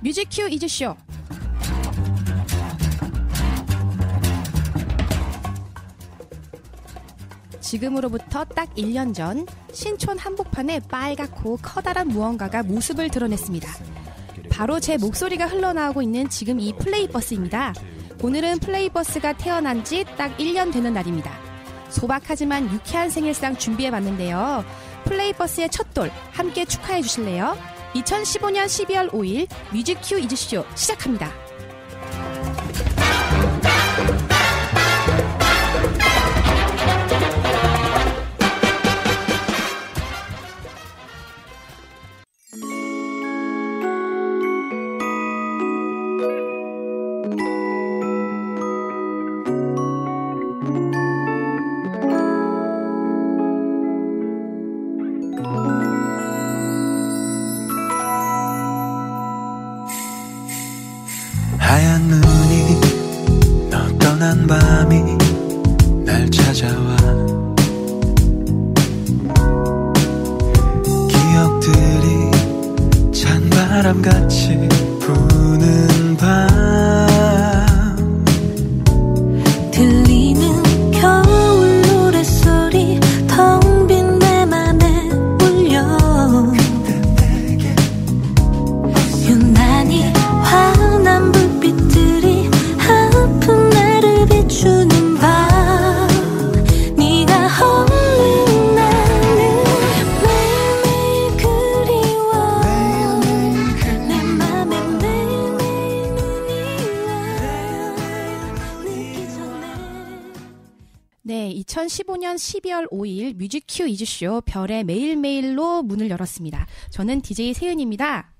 뮤직큐 이즈쇼. 지금으로부터 딱 1년 전 신촌 한복판에 빨갛고 커다란 무언가가 모습을 드러냈습니다. 바로 제 목소리가 흘러나오고 있는 지금 이 플레이버스입니다. 오늘은 플레이버스가 태어난 지 딱 1년 되는 날입니다. 소박하지만 유쾌한 생일상 준비해봤는데요. 플레이버스의 첫돌 함께 축하해 주실래요? 2015년 12월 5일 뮤직큐 이즈쇼 시작합니다. 하얀 눈이 너 떠난 밤이 날 찾아와 기억들이 찬 바람같이 부는 밤 들리는 겨울 노랫소리 텅 빈 내 맘에 울려 유난히 환한 불빛들이 아픈 나를 비추는 밤 네가 없는 나는 매일매일 그리워 내 맘에 매일매일 눈이 와 늦기 전에 네, 2015년 12월 5일 뮤직큐 이즈쇼 별의 매일매일로 문을 열었습니다. 저는 DJ 세은입니다.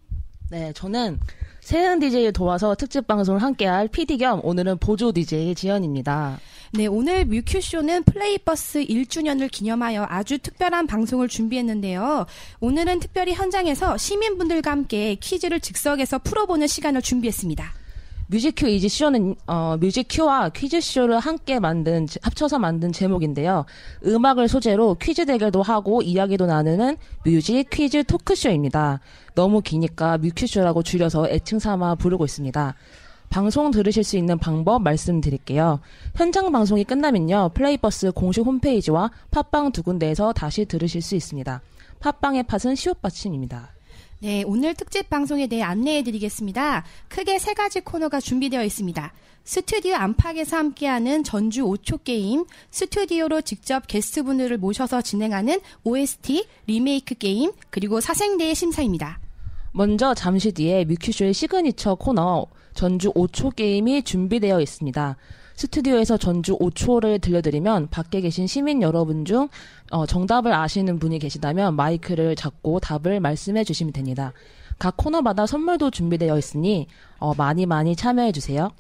네, 저는 세은 DJ를 도와서 특집 방송을 함께할 PD 겸 오늘은 보조 DJ 지연입니다. 네, 오늘 뮤큐쇼는 플레이버스 1주년을 기념하여 아주 특별한 방송을 준비했는데요. 오늘은 특별히 현장에서 시민분들과 함께 퀴즈를 즉석에서 풀어보는 시간을 준비했습니다. 뮤직큐 이지 쇼는 어, 뮤직큐와 퀴즈 쇼를 함께 만든 제- 합쳐서 만든 제목인데요. 음악을 소재로 퀴즈 대결도 하고 이야기도 나누는 뮤직 퀴즈 토크쇼입니다. 너무 기니까 뮤큐쇼라고 줄여서 애칭 삼아 부르고 있습니다. 방송 들으실 수 있는 방법 말씀드릴게요. 현장 방송이 끝나면요. 플레이버스 공식 홈페이지와 팟빵 두 군데에서 다시 들으실 수 있습니다. 팟빵의 팟은 시옷 받침입니다. 네, 오늘 특집 방송에 대해 안내해 드리겠습니다. 크게 세 가지 코너가 준비되어 있습니다. 스튜디오 안팎에서 함께하는 전주 5초 게임, 스튜디오로 직접 게스트분들을 모셔서 진행하는 OST, 리메이크 게임, 그리고 사생대의 심사입니다. 먼저 잠시 뒤에 뮤큐쇼의 시그니처 코너 전주 5초 게임이 준비되어 있습니다. 스튜디오에서 전주 5초를 들려드리면 밖에 계신 시민 여러분 중 어, 정답을 아시는 분이 계시다면 마이크를 잡고 답을 말씀해 주시면 됩니다. 각 코너마다 선물도 준비되어 있으니 어, 많이 많이 참여해 주세요.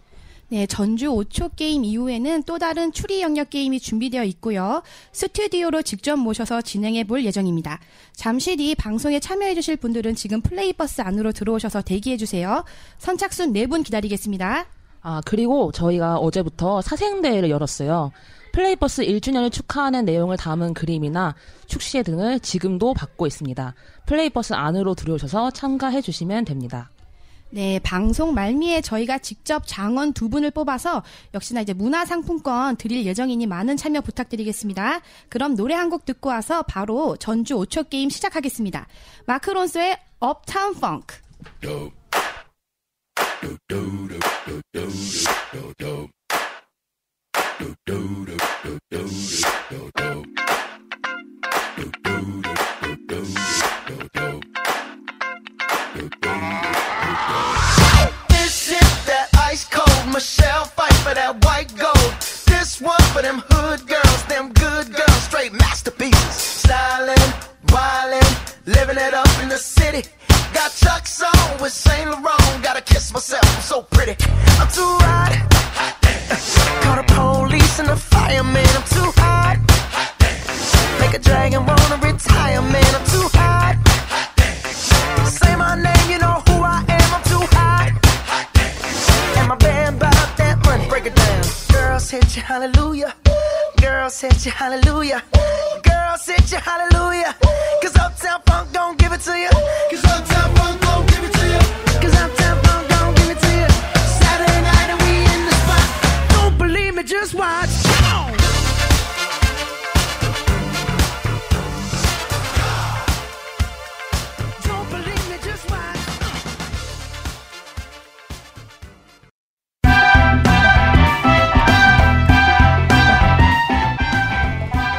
네, 전주 5초 게임 이후에는 또 다른 추리 영역 게임이 준비되어 있고요. 스튜디오로 직접 모셔서 진행해 볼 예정입니다. 잠시 뒤 방송에 참여해 주실 분들은 지금 플레이버스 안으로 들어오셔서 대기해 주세요. 선착순 4분 기다리겠습니다. 아, 그리고 저희가 어제부터 사생대회를 열었어요. 플레이버스 1주년을 축하하는 내용을 담은 그림이나 축시회 등을 지금도 받고 있습니다. 플레이버스 안으로 들어오셔서 참가해 주시면 됩니다. 네, 방송 말미에 저희가 직접 장원 두 분을 뽑아서 역시나 이제 문화상품권 드릴 예정이니 많은 참여 부탁드리겠습니다. 그럼 노래 한 곡 듣고 와서 바로 전주 5초 게임 시작하겠습니다. 마크론스의 업타운 펑크. This is that ice cold Michelle fight for that white gold. This one for them hood girls, them good girls, straight masterpieces. Stylin', wildin', living it up in the city. Got Chuck's on with Saint Laurent. Gotta kiss myself, I'm so pretty. I'm too hot. Call the police and the fireman. I'm too hot. Make a dragon wanna retire, man. I'm too hot. Say my name, you know who I am. I'm too hot. And my band bought that money. Break it down. Girls hit you, hallelujah. Girls hit you, hallelujah. Girls hit you, hallelujah. Cause Uptown Funk don't give it to you. Cause Uptown Funk don't give it to you. Cause Uptown Funk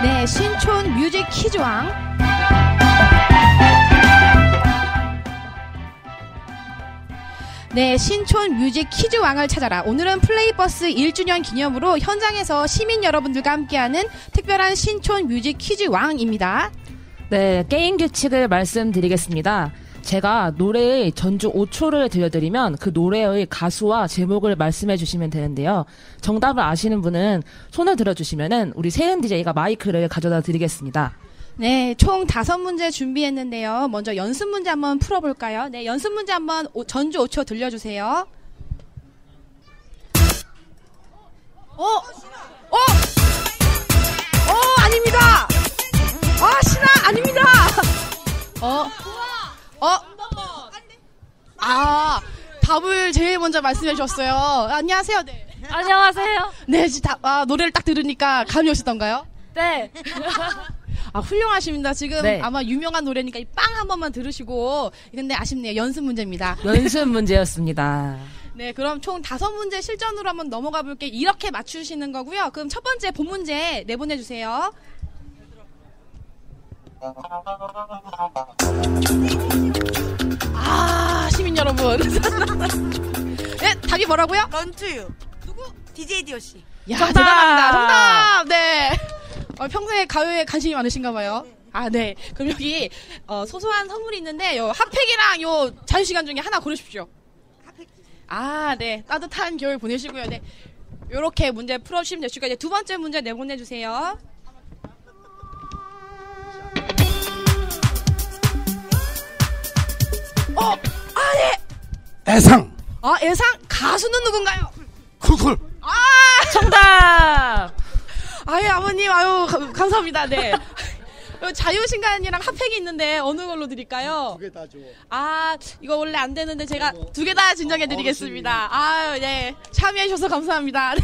네, 퀴즈왕. 네, 신촌 뮤직 퀴즈 왕을 찾아라. 오늘은 플레이버스 1주년 기념으로 현장에서 시민 여러분들과 함께하는 특별한 신촌 뮤직 퀴즈 왕입니다. 네, 게임 규칙을 말씀드리겠습니다. 제가 노래의 전주 5초를 들려드리면 그 노래의 가수와 제목을 말씀해 주시면 되는데요. 정답을 아시는 분은 손을 들어주시면은 우리 세은 DJ가 마이크를 가져다 드리겠습니다. 네, 총 다섯 문제 준비했는데요. 먼저 연습 문제 한번 풀어볼까요? 네, 연습 문제 한번 오- 전주 5초 들려주세요. 어, 어, 어, 아닙니다. 아, 신아, 아닙니다. 어, 어, 아, 답을 제일 먼저 말씀해 주셨어요. 안녕하세요. 네, 안녕하세요. 네, 지- 답, 아, 노래를 딱 들으니까 감이 오셨던가요? 네. 아 훌륭하십니다. 지금 네. 아마 유명한 노래니까 이 빵 한 번만 들으시고 근데 아쉽네요. 연습 문제입니다. 연습 문제였습니다. 네, 그럼 총 다섯 문제 실전으로 한번 넘어가 볼게. 이렇게 맞추시는 거고요. 그럼 첫 번째 본 문제 내보내 주세요. 아, 시민 여러분. 예, 답이 뭐라고요? 런투유. 누구? DJ 디오씨. 야, 정답! 대단합니다. 정답! 네. 어, 평소에 가요에 관심이 많으신가 봐요. 아, 네. 그럼 여기 어, 소소한 선물이 있는데 요 핫팩이랑 요 자유시간 중에 하나 고르십시오. 아, 네. 따뜻한 겨울 보내시고요. 네. 요렇게 문제 풀어주시면 되시고 이제 두 번째 문제 내보내주세요. 어, 아, 네. 애상 아, 예상 가수는 누군가요? 쿨쿨 아! 정답! 아유 아버님 아유 가- 감사합니다 네 자유신간이랑 핫팩이 있는데 어느 걸로 드릴까요? 두 개 다 줘. 어, 아 이거 원래 안 되는데 제가 두 개 다 진정해 드리겠습니다. 아유 네 참여해 주셔서 감사합니다. 네.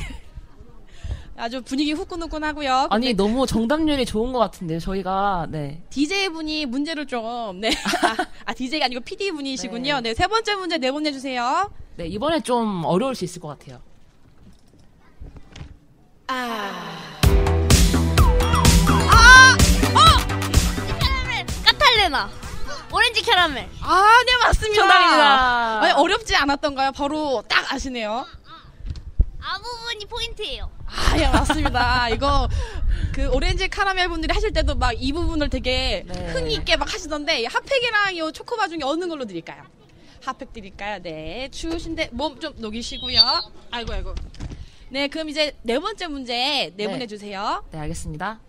아주 분위기 후끈후끈하고요. 아니 너무 정답률이 좋은 것 같은데요. 저희가 네. DJ 분이 문제를 좀 네. 아, 아 DJ가 아니고 PD 분이시군요. 네 세 번째 문제 내보내 주세요. 네, 이번에 좀 어려울 수 있을 것 같아요. 카탈레나. 오렌지 캐러멜. 아 네 맞습니다. 정답입니다. 아니, 어렵지 않았던가요? 바로 딱 아시네요. 아 부분이 포인트예요. 아, 예, 맞습니다. 이거 그 오렌지 카라멜 분들이 하실 때도 막 이 부분을 되게 네. 흥이 있게 막 하시던데 이 핫팩이랑 요 초코바 중에 어느 걸로 드릴까요? 핫팩 드릴까요? 네. 추우신데 몸 좀 녹이시고요. 아이고 아이고. 네, 그럼 이제 네 번째 문제 내보내 주세요. 네, 알겠습니다.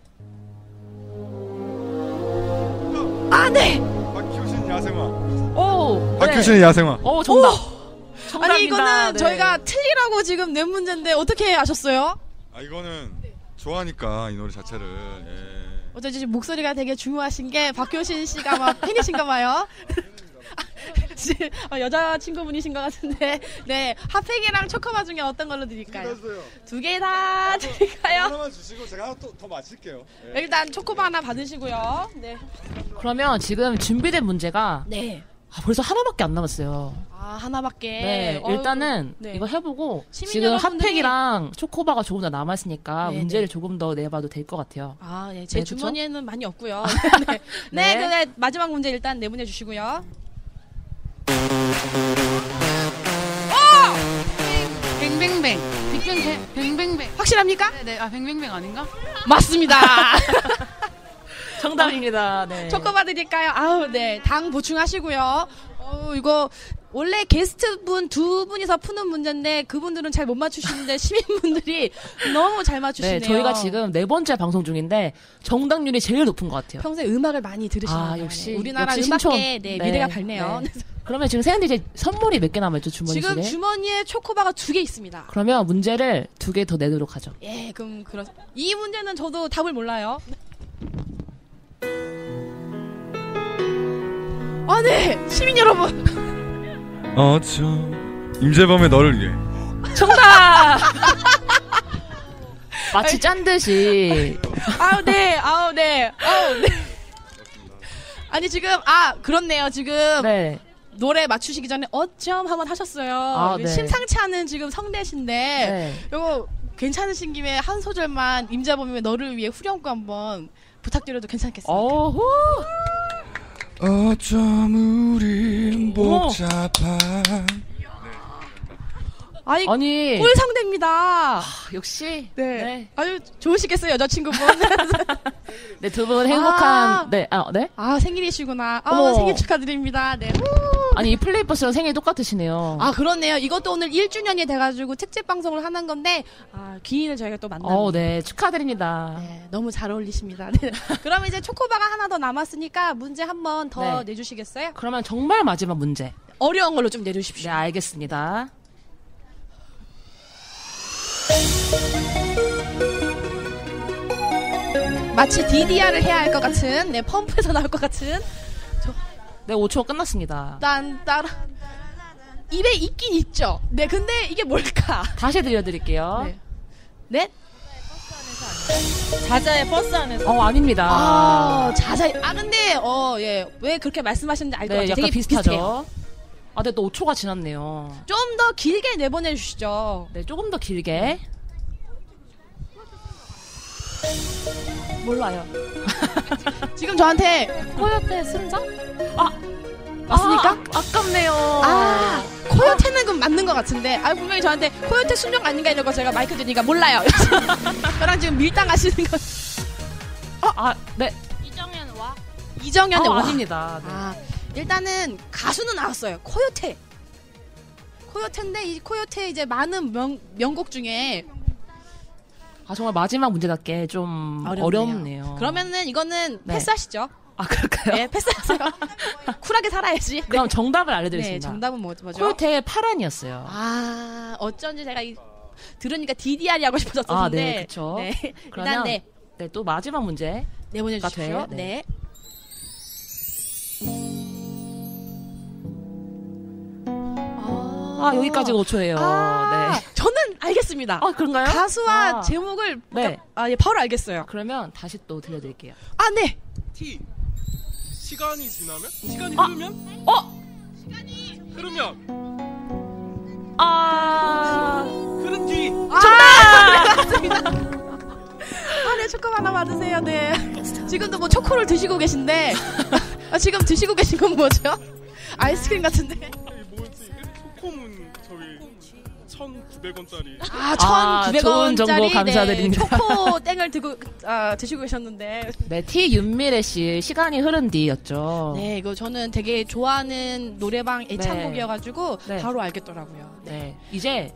아, 네. 박효신 야생화. 오, 네. 아, 박효신의 야생화. 오, 정답. 정답입니다. 아니 이거는 네. 저희가 틀리라고 지금 낸 문제인데 어떻게 아셨어요? 아 이거는 좋아하니까 이 노래 자체를. 예. 어쩐지 지금 목소리가 되게 중요하신 게 박효신 씨가 막 팬이신가 봐요. 아, 여자 친구분이신 것 같은데, 네 핫팩이랑 초코바 중에 어떤 걸로 드릴까요? 두 개 다 드릴까요? 하나만 주시고 제가 하나 또더 맞힐게요. 예. 일단 초코바 하나 받으시고요. 네. 그러면 지금 준비된 문제가 네. 아, 벌써 하나밖에 안 남았어요. 아 하나밖에. 네, 어휴, 일단은 네. 이거 해보고 시민 지금 여러분들이- 핫팩이랑 초코바가 조금 더 남았으니까 네, 문제를 네. 조금 더 내봐도 될 것 같아요. 아, 네. 제 네, 그쵸? 주머니에는 많이 아, 없고요. 네. 네, 네. 그럼 네, 마지막 문제 일단 내보내 주시고요. 어! 뱅뱅뱅. 빅뱅 뱅- 뱅뱅뱅. 확실합니까? 네네. 아 뱅뱅뱅 아닌가? 맞습니다. 아, 정답입니다. 네. 초코바 드릴까요? 아우, 네. 당 보충하시고요. 어, 이거 원래 게스트분 두 분이서 푸는 문제인데 그분들은 잘 못 맞추시는데 시민분들이 너무 잘 맞추시네요. 네, 저희가 지금 네 번째 방송 중인데 정답률이 제일 높은 것 같아요. 평소에 음악을 많이 들으시는 그렇죠. 아, 거예요. 역시 네, 우리나라 역시 음악계 신촌. 네, 네, 미래가 밝네요. 네. 그러면 지금 세연이 이제 선물이 몇 개 남았죠 주머니 지금 속에? 주머니에 초코바가 두 개 있습니다. 그러면 문제를 두 개 더 내도록 하죠. 예, 그럼 그렇. 이 문제는 저도 답을 몰라요. 아, 네, 시민 여러분. 어쩜 임재범의 너를 위해. 마치 짠 듯이 아우 네, 아우 네, 아우 네. 아니 지금 아 그렇네요 지금 네 노래 맞추시기 전에 어쩜 한번 하셨어요. 아, 네. 심상치 않은 지금 성대신데 네. 이거 괜찮으신 김에 한 소절만 임자범의 너를 위해 후렴구 한번 부탁드려도 괜찮겠습니까? 어후. 어쩜 우린 어머. 복잡한 아니, 아니. 아, 꿀 상대입니다. 역시. 네. 아주 좋으시겠어요, 여자친구분. 네, 두 분 행복한, 아. 네, 아, 네? 아, 생일이시구나. 아, 어머. 생일 축하드립니다. 네. 아니, 이 플레이버스랑 생일이 똑같으시네요. 아, 그렇네요. 이것도 오늘 1주년이 돼가지고 특집 방송을 하는 건데, 아, 기인을 저희가 또 만나고. 어, 네, 축하드립니다. 네, 너무 잘 어울리십니다. 네. 그러면 이제 초코바가 하나 더 남았으니까 문제 한 번 더 네. 내주시겠어요? 그러면 정말 마지막 문제. 어려운 걸로 좀 내주십시오. 네, 알겠습니다. 마치 DDR을 해야 할 것 같은, 네, 펌프에서 나올 것 같은, 네, 5초 끝났습니다. 딴, 따라. 입에 있긴 있죠. 네, 근데 이게 뭘까? 다시 들려드릴게요. 네. 넷? 자자의 버스 안에서 어, 아닙니다. 아, 자세히. 아, 근데, 어, 예. 왜 그렇게 말씀하시는지 알 것 네, 같아요. 약간 되게 비슷하죠. 비슷해요. 아, 근데 또 5초가 지났네요. 좀 더 길게 내보내주시죠. 네, 조금 더 길게. 몰라요. 지금 저한테 코요태 순정? 맞습니까? 아, 아깝네요. 아, 코요테는 그 맞는 것 같은데. 아, 분명히 저한테 코요테 순정 아닌가 이러고 제가 마이크 드니까 몰라요. 저랑 지금 밀당하시는 거. 아, 아, 네. 이정현 와. 이정현의 어, 와. 아닙니다. 네. 아, 일단은 가수는 나왔어요. 코요테. 코요테인데 이 코요테 이제 많은 명, 명곡 중에 아, 정말 마지막 문제답게 좀 어렵네요. 어렵네요. 그러면은 이거는 네. 패스하시죠. 아, 그럴까요? 네, 패스하세요. 쿨하게 살아야지. 그럼 정답을 네, 알려드리겠습니다. 정답은 뭐, 뭐죠? 코요태의 파란이었어요. 아, 어쩐지 제가 이, 들으니까 DDR이 하고 싶었었는데. 아, 네, 그쵸. 일단 그러면 네, 네, 또 마지막 문제. 내보내주십시오. 돼요? 네. 네. 아, 여기까지가 5초예요. 아, 어, 네. 저는 알겠습니다. 아, 그런가요? 가수와 아. 제목을 네. 아, 예, 바로 알겠어요. 그러면 다시 또 들려드릴게요. 아, 네. T 시간이 지나면 시간이 아. 흐르면 어? 흐르면 아. 흐른 뒤 아, 네, 초코 하나 받으세요. 네. 지금도 뭐 초코를 드시고 계신데, 아, 지금 드시고 계신 건 뭐죠? 아이스크림 같은데. 뭐였지 코코문 저기 1,900원짜리 아, 아, 1,900원. 좋은 정보 감사드립니다. 네, 초코 땡을 드고, 아, 드시고 계셨는데. 네, 티 윤미래 씨 시간이 흐른 뒤였죠. 네, 이거 저는 되게 좋아하는 노래방 애창곡이어가지고 네. 바로 알겠더라고요. 네. 이제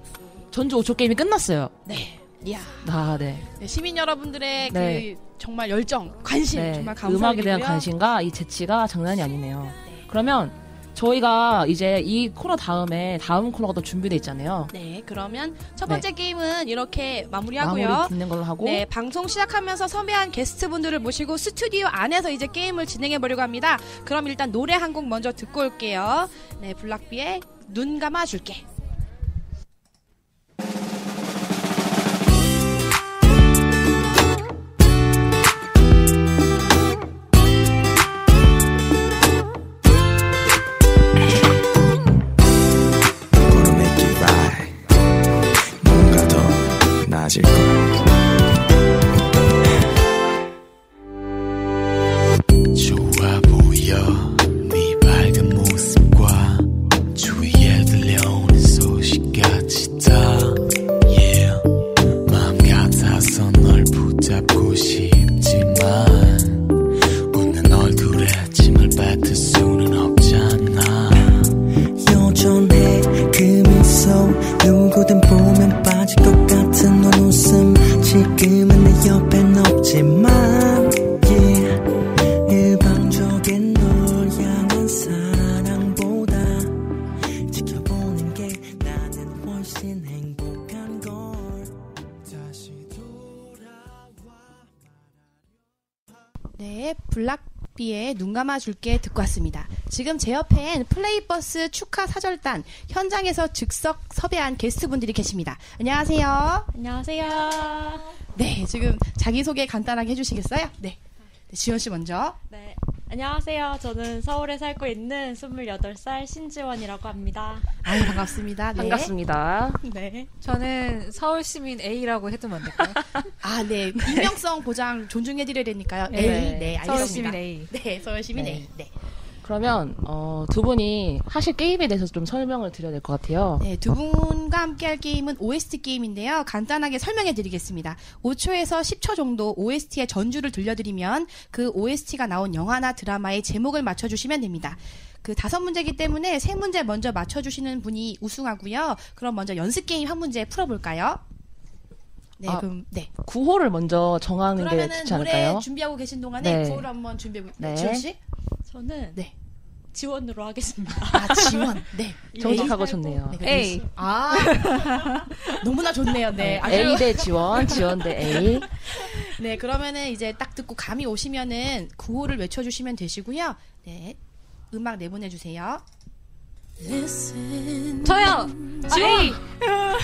전주 5초 게임이 끝났어요. 네. 이야. 아, 네. 네, 시민 여러분들의 그 네. 정말 열정, 관심 네. 정말 감사드리고요. 음악에 대한 관심과 이 재치가 장난이 아니네요. 그러면 저희가 이제 이 코너 다음에 다음 코너가 또 준비돼 있잖아요. 네, 그러면 첫 번째 게임은 이렇게 마무리하고요. 마무리 듣는 걸로 하고 네, 방송 시작하면서 섭외한 게스트분들을 모시고 스튜디오 안에서 이제 게임을 진행해 보려고 합니다. 그럼 일단 노래 한 곡 먼저 듣고 올게요. 네, 블락비의 눈 감아 줄게. Gonna make it right 뭔가 더 나아질 거야 좋아 보여 네 밝은 모습과 주위에 들려오는 소식같이 다 Yeah 마음 같아서 널 붙잡고 싶지만 웃는 얼굴에 침을 뱉을 수는 없잖아 여전해 그 미소 누구든 보면 빠질 것 같은 넌 웃음 지금은 내 옆엔 없지만 yeah. 일방적인 널 향한 사랑보다 지켜보는 게 나는 훨씬 행복한 걸 다시 네, 블락비의 눈 감아 줄게 듣고 왔습니다. 지금 제 옆엔 플레이버스 축하 사절단 현장에서 즉석 섭외한 게스트분들이 계십니다. 안녕하세요. 안녕하세요. 네, 지금 자기소개 간단하게 해주시겠어요? 네. 네, 지현 씨 먼저. 네. 안녕하세요. 저는 서울에 살고 있는 28살 신지원이라고 합니다. 아유, 반갑습니다. 네. 반갑습니다. 네. 저는 서울 시민 A라고 해도 안 될까요? 아, 네. 익명성 보장 존중해드려야 되니까요. 네. A, 네, 알겠습니다. 서울시민 A. 네, 서울시민 네. A. 네. 그러면 어, 두 분이 하실 게임에 대해서 좀 설명을 드려야 될 것 같아요. 네, 두 분과 함께 할 게임은 OST 게임인데요. 간단하게 설명해 드리겠습니다. 5초에서 10초 정도 OST의 전주를 들려드리면 그 OST가 나온 영화나 드라마의 제목을 맞춰주시면 됩니다. 그 다섯 문제이기 때문에 세 문제 먼저 맞춰주시는 분이 우승하고요. 그럼 먼저 연습 게임 한 문제 풀어볼까요? 네, 아, 그럼 네. 구호를 먼저 정하는 게 그러면은 좋지 노래 않을까요? 준비하고 계신 동안에 네. 구호를 한번 준비해 볼까요? 네. 지원 씨? 저는 네. 지원으로 하겠습니다. 아, 지원. 네. 정직하고 좋네요. 네, 에이. 아. 너무나 좋네요. 네. 아주- A 대 지원, 지원 대 A. 네, 그러면은 이제 딱 듣고 감이 오시면은 구호를 외쳐 주시면 되시고요. 네. 음악 내보내 주세요. 저요. 지원.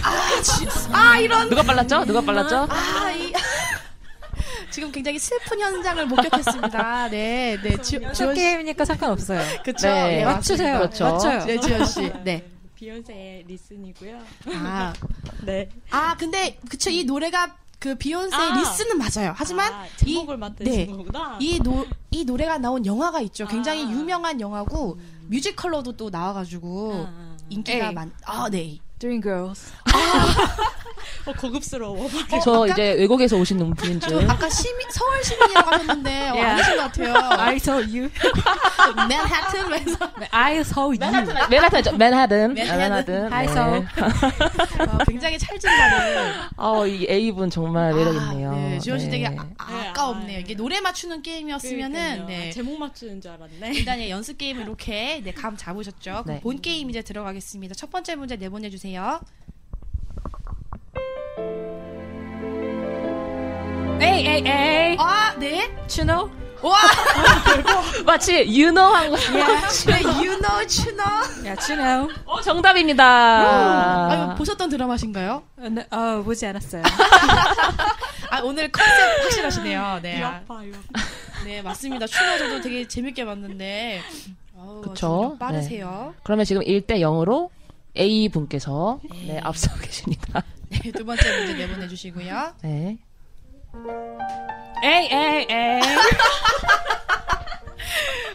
아, 지- 아, 이런 누가 빨랐죠? 누가 빨랐죠? 아, 이 지금 굉장히 슬픈 현장을 목격했습니다. 네, 네. 지, 연습 게임이니까 상관없어요. 그렇죠. 네, 맞추세요. 맞춰요. 네, 지원 씨. 네. 비욘세의 리슨이고요. 아. 네. 아, 근데 그쵸 이 노래가 그 비욘세의 아. 리스는 맞아요. 하지만 아, 제목을 네. 맡으신 거구나. 아. 이, 노, 이 노래가 나온 영화가 있죠. 굉장히 유명한 영화고 음. 뮤지컬로도 또 아, 나와가지고 인기가 에이. 많. 아 네. Dream Girls. 어, 고급스러워. 저 이제 외국에서 오신 분인 줄. 아까 시민, 서울 시민이라고 하셨는데 어, 예. 아니신 것 같아요. I saw you. 맨하튼 에서 네. I saw you. 맨하튼이죠. 맨하든. 맨하든. 맨하든. I 네. 어, 굉장히 찰진 말을. 아, 이 A 분 정말 매력 아, 있네요. 네, 지원 씨 네. 되게 아, 까웠네요 이게 노래 맞추는 게임이었으면은 그러니까요. 네. 아, 제목 맞추는 줄 알았네. 일단 예, 연습 게임 이렇게 네, 감 잡으셨죠? 그럼 네. 본 게임 이제 들어가겠습니다. 첫 번째 문제 내보내 주세요. 에이 에이 에이. 아, 네. 추노. 와! 마치 유노한 것 네, you know, you know. 야 추노. 어, 정답입니다. 아, 이거 아, 보셨던 드라마신가요? 어 보지 않았어요. 아, 오늘 컨셉 확실하시네요. 네. 유 아, 아파, 유 아파. 네, 맞습니다. 추가 저도 되게 재밌게 봤는데. 어우, 그쵸. 점점 빠르세요. 네. 그러면 지금 1대 0으로 A 분께서 네, 앞서 계십니다. 네. 두 번째 문제 내보내 주시고요. 네. 에이 에이 에이.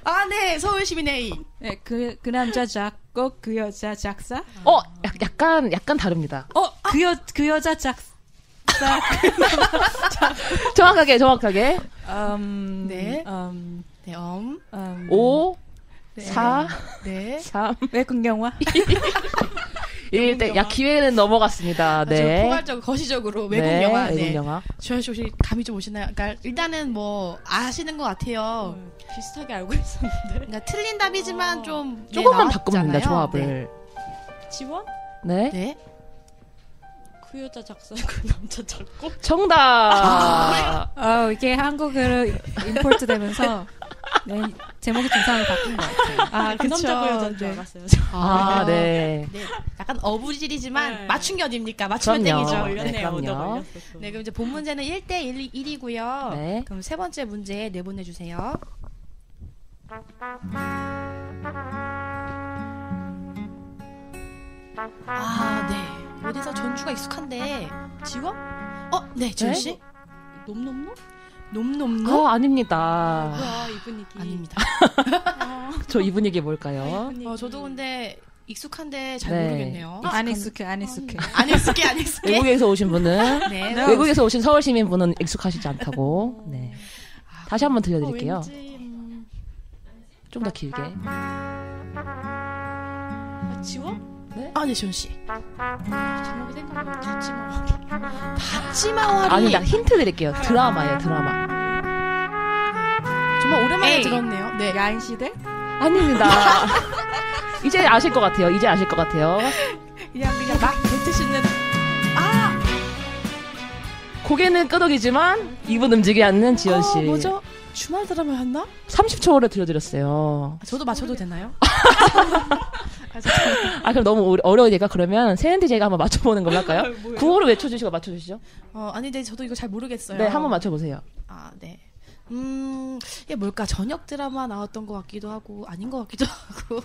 아, 네. 서울 시민 A. 네, 그, 그 남자 작곡, 그 여자 작사? 어, 약- 약간 약간 다릅니다. 어, 그 여, 그 여자 작사. 정확하게 정확하게 음, 네. 음, 네, 엄. 음. 5 4 네. 3 외국 영화? 1대 야 기회는 넘어갔습니다. 아, 저 네. 포괄적으로 거시적으로 외국 네, 영화. 외국 네. 영화. 주현 씨 혹시 감이 좀 오시나요? 그러니까 일단은 뭐 아시는 것 같아요. 어, 비슷하게 알고 있었는데. 그러니까 틀린 아. 답이지만 좀 네, 조금만 나왔잖아요. 바꾸면 됩니다. 조합을. 지원? 네. 네. 네. 그 여자 작사, 그 남자 작곡? 정답. 아, 어, 이게 한국으로 임포트 되면서 네, 제목이 좀 이상하게 바뀐 것 같아요. 아, 그 남자 그 여자인 줄 네. 알았어요. 아, 네. 네, 약간 어부질이지만 네. 맞춘 게 어딥니까? 맞추면 그럼요. 땡이죠. 네, 걸렸네요. 그럼요. 얻어 걸렸어. 네, 그럼 이제 본 문제는 1대 1, 1이고요. 네. 그럼 세 번째 문제 내보내 주세요. 아, 네. 어디서 전주가 익숙한데 지원? 어, 네, 지원 네? 씨. 놈놈놈? 놈놈놈? 어, 아닙니다. 뭐야 이 분위기. 아닙니다. 저 이 분위기 뭘까요? 어, 저도 근데 익숙한데 잘 네. 모르겠네요. 아, 안 익숙해, 안 익숙해. 안 익숙해, 안 익숙해. 외국에서 오신 분은 네. 외국에서 오신 서울 시민 분은 익숙하시지 않다고. 네. 아, 다시 한번 들려드릴게요. 왠지 음, 좀 더 길게. 아, 지원? 아, 네, 지원 씨. 제목이 생각나. 같이 먹어. 치마월이 아니다. 힌트 드릴게요. 드라마예요, 드라마. 정말 오랜만에 에이. 들었네요. 네. 야인시대? 아닙니다. 이제 아실 것 같아요. 이제 아실 것 같아요. 그냥, 그냥 막. 배트 씻는 고개는 끄덕이지만 입은 움직이지 않는 지연 씨. 어, 뭐죠? 주말 드라마였나? 30초를 들려드렸어요. 아, 저도 맞춰도 되나요? 아 그럼 너무 어려- 어려우니까 그러면 세은디 제가 한번 맞춰보는 걸로 할까요? 아, 구호를 외쳐주시고 맞춰주시죠. 어, 아니, 근데 저도 이거 잘 모르겠어요. 네, 한번 맞춰보세요. 아, 네. 음, 이게 뭘까? 저녁 드라마 나왔던 것 같기도 하고 아닌 것 같기도 하고.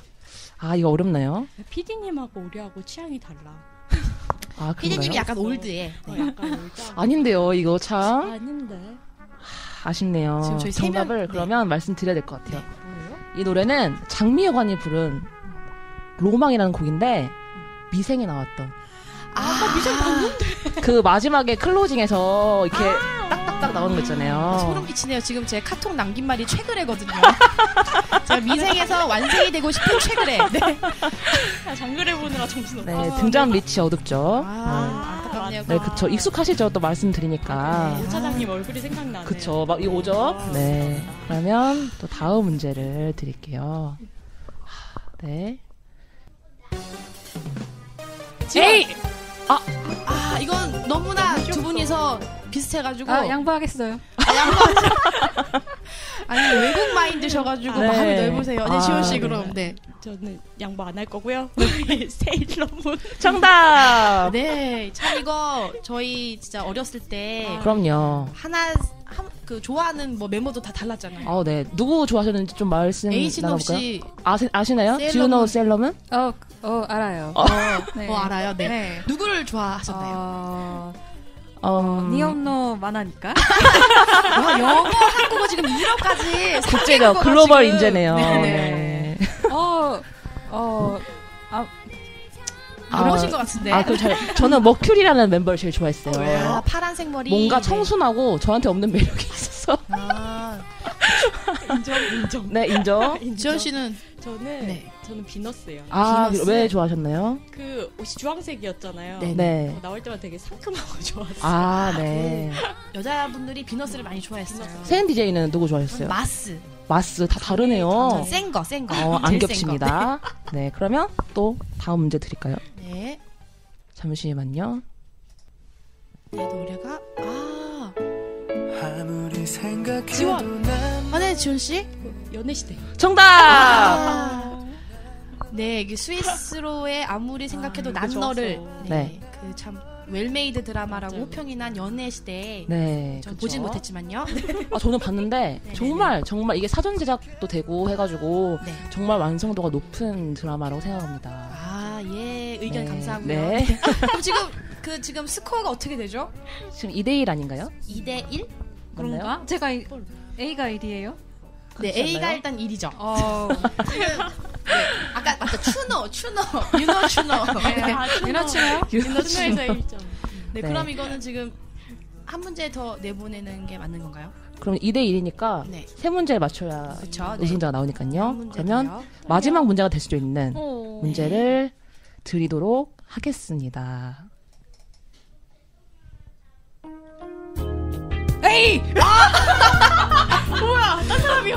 아 이거 어렵나요? 피디님하고 우리하고 취향이 달라. 아 피디님이 그런가요? 약간 올드해. 네. 어, 약간 올드. 아닌데요. 이거 참 아닌데. 아쉽네요. 지금 저희 세 명- 네. 정답을 그러면 말씀드려야 될 것 같아요. 이 노래는 장미여관이 부른 로망이라는 곡인데 미생에 나왔던 아, 미션 봤는데. 그 마지막에 클로징에서 이렇게 딱딱딱 나오는 거 아! 소름 있잖아요. 끼치네요. 지금 제 카톡 남긴 말이 최근에거든요. 제가 미생에서 완생이 되고 싶은 최근에. 네. 아, 장르를 보느라 정신없다. 아, 네, 등장 리치 어둡죠. 안타깝네요. 네, 그쵸. 익숙하시죠. 또 말씀드리니까. 네. 차장님 얼굴이 생각나네요. 그쵸. 막 이거 오죠? 네. 그러면 또 다음 문제를 드릴게요. 네. 에이! 아, 아, 이건 너무나 두 분이서 비슷해가지고. 아, 양보하겠어요. 아니, 외국 마인드셔가지고 네. 마음이 넓으세요. 아, 네, 아, 시원 씨, 네. 그럼. 네. 저는 양보 안 할 거고요. 세일러문. 정답! 네, 참 이거 저희 진짜 어렸을 때. 아. 그럼요. 하나, 한, 그 좋아하는 뭐 메모도 다 달랐잖아요. 어, 네. 누구 좋아하셨는지 좀 말씀 에이신 나눠볼까요? 혹시 아시, 아시나요? 셀러문? 지우노 셀러문? 어, 어 알아요. 어. 네. 어, 알아요? 네. 네. 누구를 좋아하셨나요? 어, 네. 어, 니온노 만화니까. 와, 아, 영어, 한국어 지금 1어까지. 국제적 글로벌 지금. 인재네요. 네, 네. 네. 어, 어, 아, 모르신 것 같은데. 아, 그럼 잘, 저는 머큐리라는 멤버를 제일 좋아했어요. 아, 파란색 머리. 뭔가 네. 청순하고 저한테 없는 매력이 있어서. 아, 인정, 인정. 네, 인정. 지현 씨는 저는, 네. 저는 비너스예요. 아, 비너스. 왜 좋아하셨나요? 그 옷이 주황색이었잖아요. 네. 네. 어, 나올 때마다 되게 상큼하고 좋았어요. 아, 네. 여자분들이 비너스를 많이 좋아했어요. 세인 DJ는 누구 좋아하셨어요? 그 마스. 마스 다 다르네요. 어, 센 거, 센 거. 안 제일 센 거. 겹칩니다. 네, 그러면 또 다음 문제 드릴까요? 네. 잠시만요. 이 노래가 아. 아무리 생각해도 지원. 난 아, 네, 지원 씨. 연애시대. 정답! 아. 네, 이게 스위스로의 아무리 생각해도 아, 난 이거 너를 좋았어. 네. 그 참 웰메이드 드라마라고 맞아요. 호평이 난 연애 시대. 네. 전 그쵸? 보진 못했지만요. 아, 저는 봤는데 네네네. 정말 정말 이게 사전 제작도 되고 해가지고 네. 정말 완성도가 높은 드라마라고 생각합니다. 아, 예. 의견 네. 감사하고요. 네. 그럼 지금 그 지금 스코어가 어떻게 되죠? 지금 2대1 아닌가요? 2대 1? 맞나요? 그런가? 어? 제가 이- A가 1이에요? 네, 그렇지 A가 않나요? 일단 1이죠. 네, 어, 아까 맞다. 추노, 추노. 유노 추노. 네. 음. 유나치요? 윤나춘에서 1점. 네, 네. 그럼 이거는 지금 한 문제 더 내보내는 게 맞는 건가요? 그럼 2대1이니까 네. 세 문제 맞춰야 그쵸, 네. 우승자가 한 나오니까요. 네. 어. 문제 그러면 더요. 마지막 문제가 될 수도 있는 오. 문제를 드리도록 하겠습니다.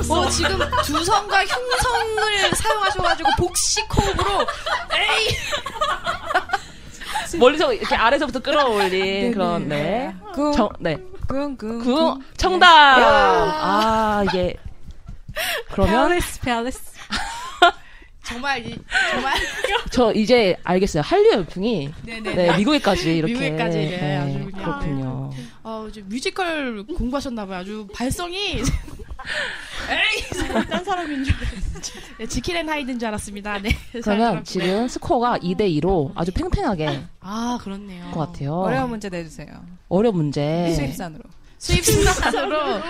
어, 지금 두성과 흉성을 사용하셔가지고 복식 호흡으로 그 멀리서 이렇게 아래서부터 끌어올린 그런 네. 궁, 정, 네. 궁, 궁. 구 네. 정답. 아, 이게 그러면 팰리스, 팰리스. 정말 이- 정말 저 이제 알겠어요. 한류 열풍이 네네. 네, 미국에까지 이렇게 네, 미국에까지 이게 아주 그냥- 그렇군요. 어, 이제 뮤지컬 공부하셨나봐요. 아주 발성이 딴 사람인 줄 알았어. 네, 지킬앤 하이드인 줄 알았습니다. 네. 그러면 지금 스코어가 2대 2로 아주 팽팽하게 할 아 그렇네요. 것 같아요. 어려운 네. 문제 내주세요. 어려운 문제. 수입산으로. 수입산으로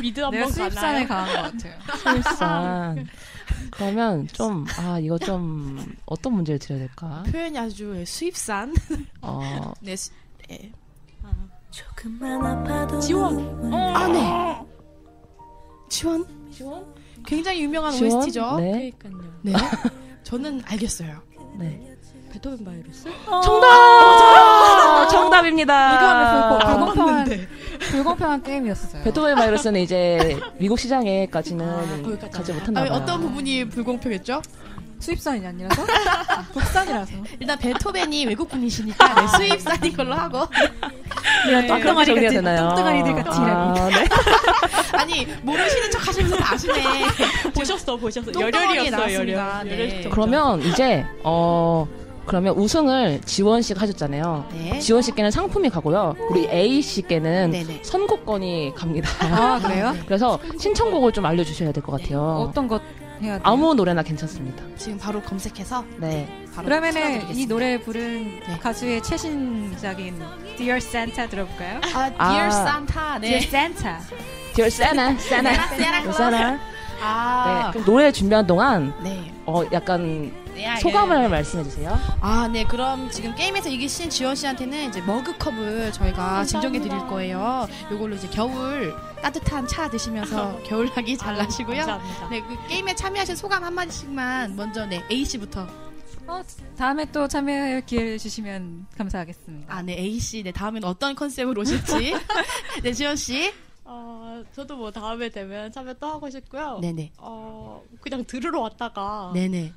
미드 내가 한번 네, 수입산에 가나요? 강한 것 같아요. 일산. 그러면 좀 아 이거 좀 어떤 문제를 드려야 될까? 표현이 아주 예, 수입산. 어, 네. 수, 예. 조금만 아파도 지원. 아 네. 지원. 지원? 굉장히 유명한 지원? OST죠. 네. 네. 그러니까요. 저는 알겠어요. 네. 베토벤 바이러스? 정답! 뭐 정답입니다. 아, 이거는 아. 불공평한, 불공평한 게임이었어요. 베토벤 바이러스는 이제 미국 시장에까지는 거기까지 가지 아, 못한다 왜 봐요. 어떤 부분이 불공평했죠? 수입산이 아니라서? 국산이라서. 일단 베토벤이 외국분이시니까 네, 수입산인 걸로 하고 이런 그렇게 정리가 되나요? 똥덩아리들 네. 그러니까 같이 일하고. 아, 네. 아니 모르시는 척 하시면서 다 아시네. 보셨어, 보셨어. 똥덩어리에 열혈이었어, 열혈. 나왔습니다. 네. 열혈. 그러면 이제 어 그러면 우승을 지원 씨가 하셨잖아요. 네. 지원 씨께는 상품이 가고요. 우리 A 씨께는 네네. 선곡권이 갑니다. 아, 그래요? 네. 그래서 신청곡을 좀 알려주셔야 될 것 같아요. 네. 어떤 것 해야 돼요? 아무 노래나 괜찮습니다. 지금 바로 검색해서 네. 바로 그러면은 틀어드리겠습니다. 예. 이 노래 부른 가수의 최신작인 Dear Santa 들어볼까요? 아, Dear Santa, 네. Dear Santa. Dear Santa, Santa, Santa Claus. Santa. 아, 네, 그럼 노래 준비하는 동안 네. 어, 약간 네, 알겠- 소감을 말씀해 주세요. 아, 네. 그럼 지금 게임에서 이기신 지원 씨한테는 이제 머그컵을 저희가 증정해 드릴 거예요. 요걸로 이제 겨울 따뜻한 차 드시면서 겨울나기 잘 나시고요. 감사합니다. 네, 그 게임에 참여하신 소감 한 마디씩만 먼저 네, A 씨부터. 어, 다음에 또 참여할 기회를 주시면 감사하겠습니다. 아, 네. A 씨. 네, 다음엔 어떤 컨셉으로 오실지. 네, 지원 씨. 어, 저도 뭐 다음에 되면 참여 또 하고 싶고요. 네네. 어, 그냥 들으러 왔다가. 어, 네네.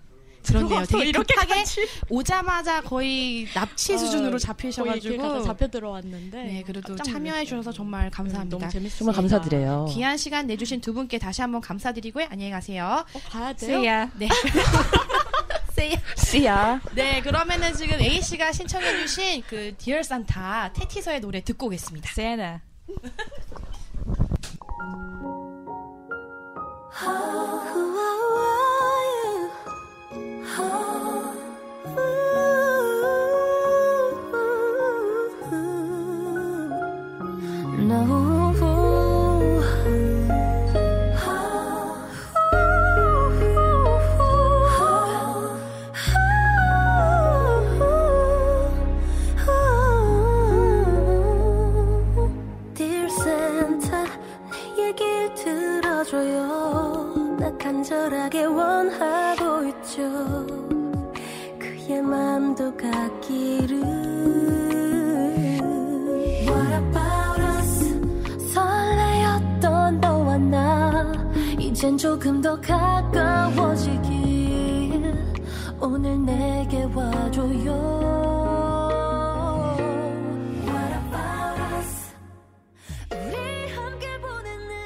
그런데요. 들어와서 되게 이렇게 급하게 같이 오자마자 거의 납치 어, 수준으로 거의 이렇게 가서 잡히셔가지고 잡혀 들어왔는데. 아, 네, 그래도 깜짝 음, 참여해 주셔서 정말 감사합니다. 너무 재밌습니다. 정말 감사드려요. 귀한 시간 내주신 두 분께 다시 한번 감사드리고요. 안녕히 가세요. 어, 가야 돼요? 네. 씨야. 네, 그러면은 지금 A 씨가 신청해주신 그 디얼 산타 테티서의 노래 듣고 오겠습니다. 세나. No. Dear Santa, 내 얘길 들어줘요. 나 간절하게 원하고 있죠. 그의 마음도 같기를. What about us? 설레었던 너와 나. 이젠 조금 더 가까워지길. 오늘 내게 와줘요. What about us? 우리 함께 보내는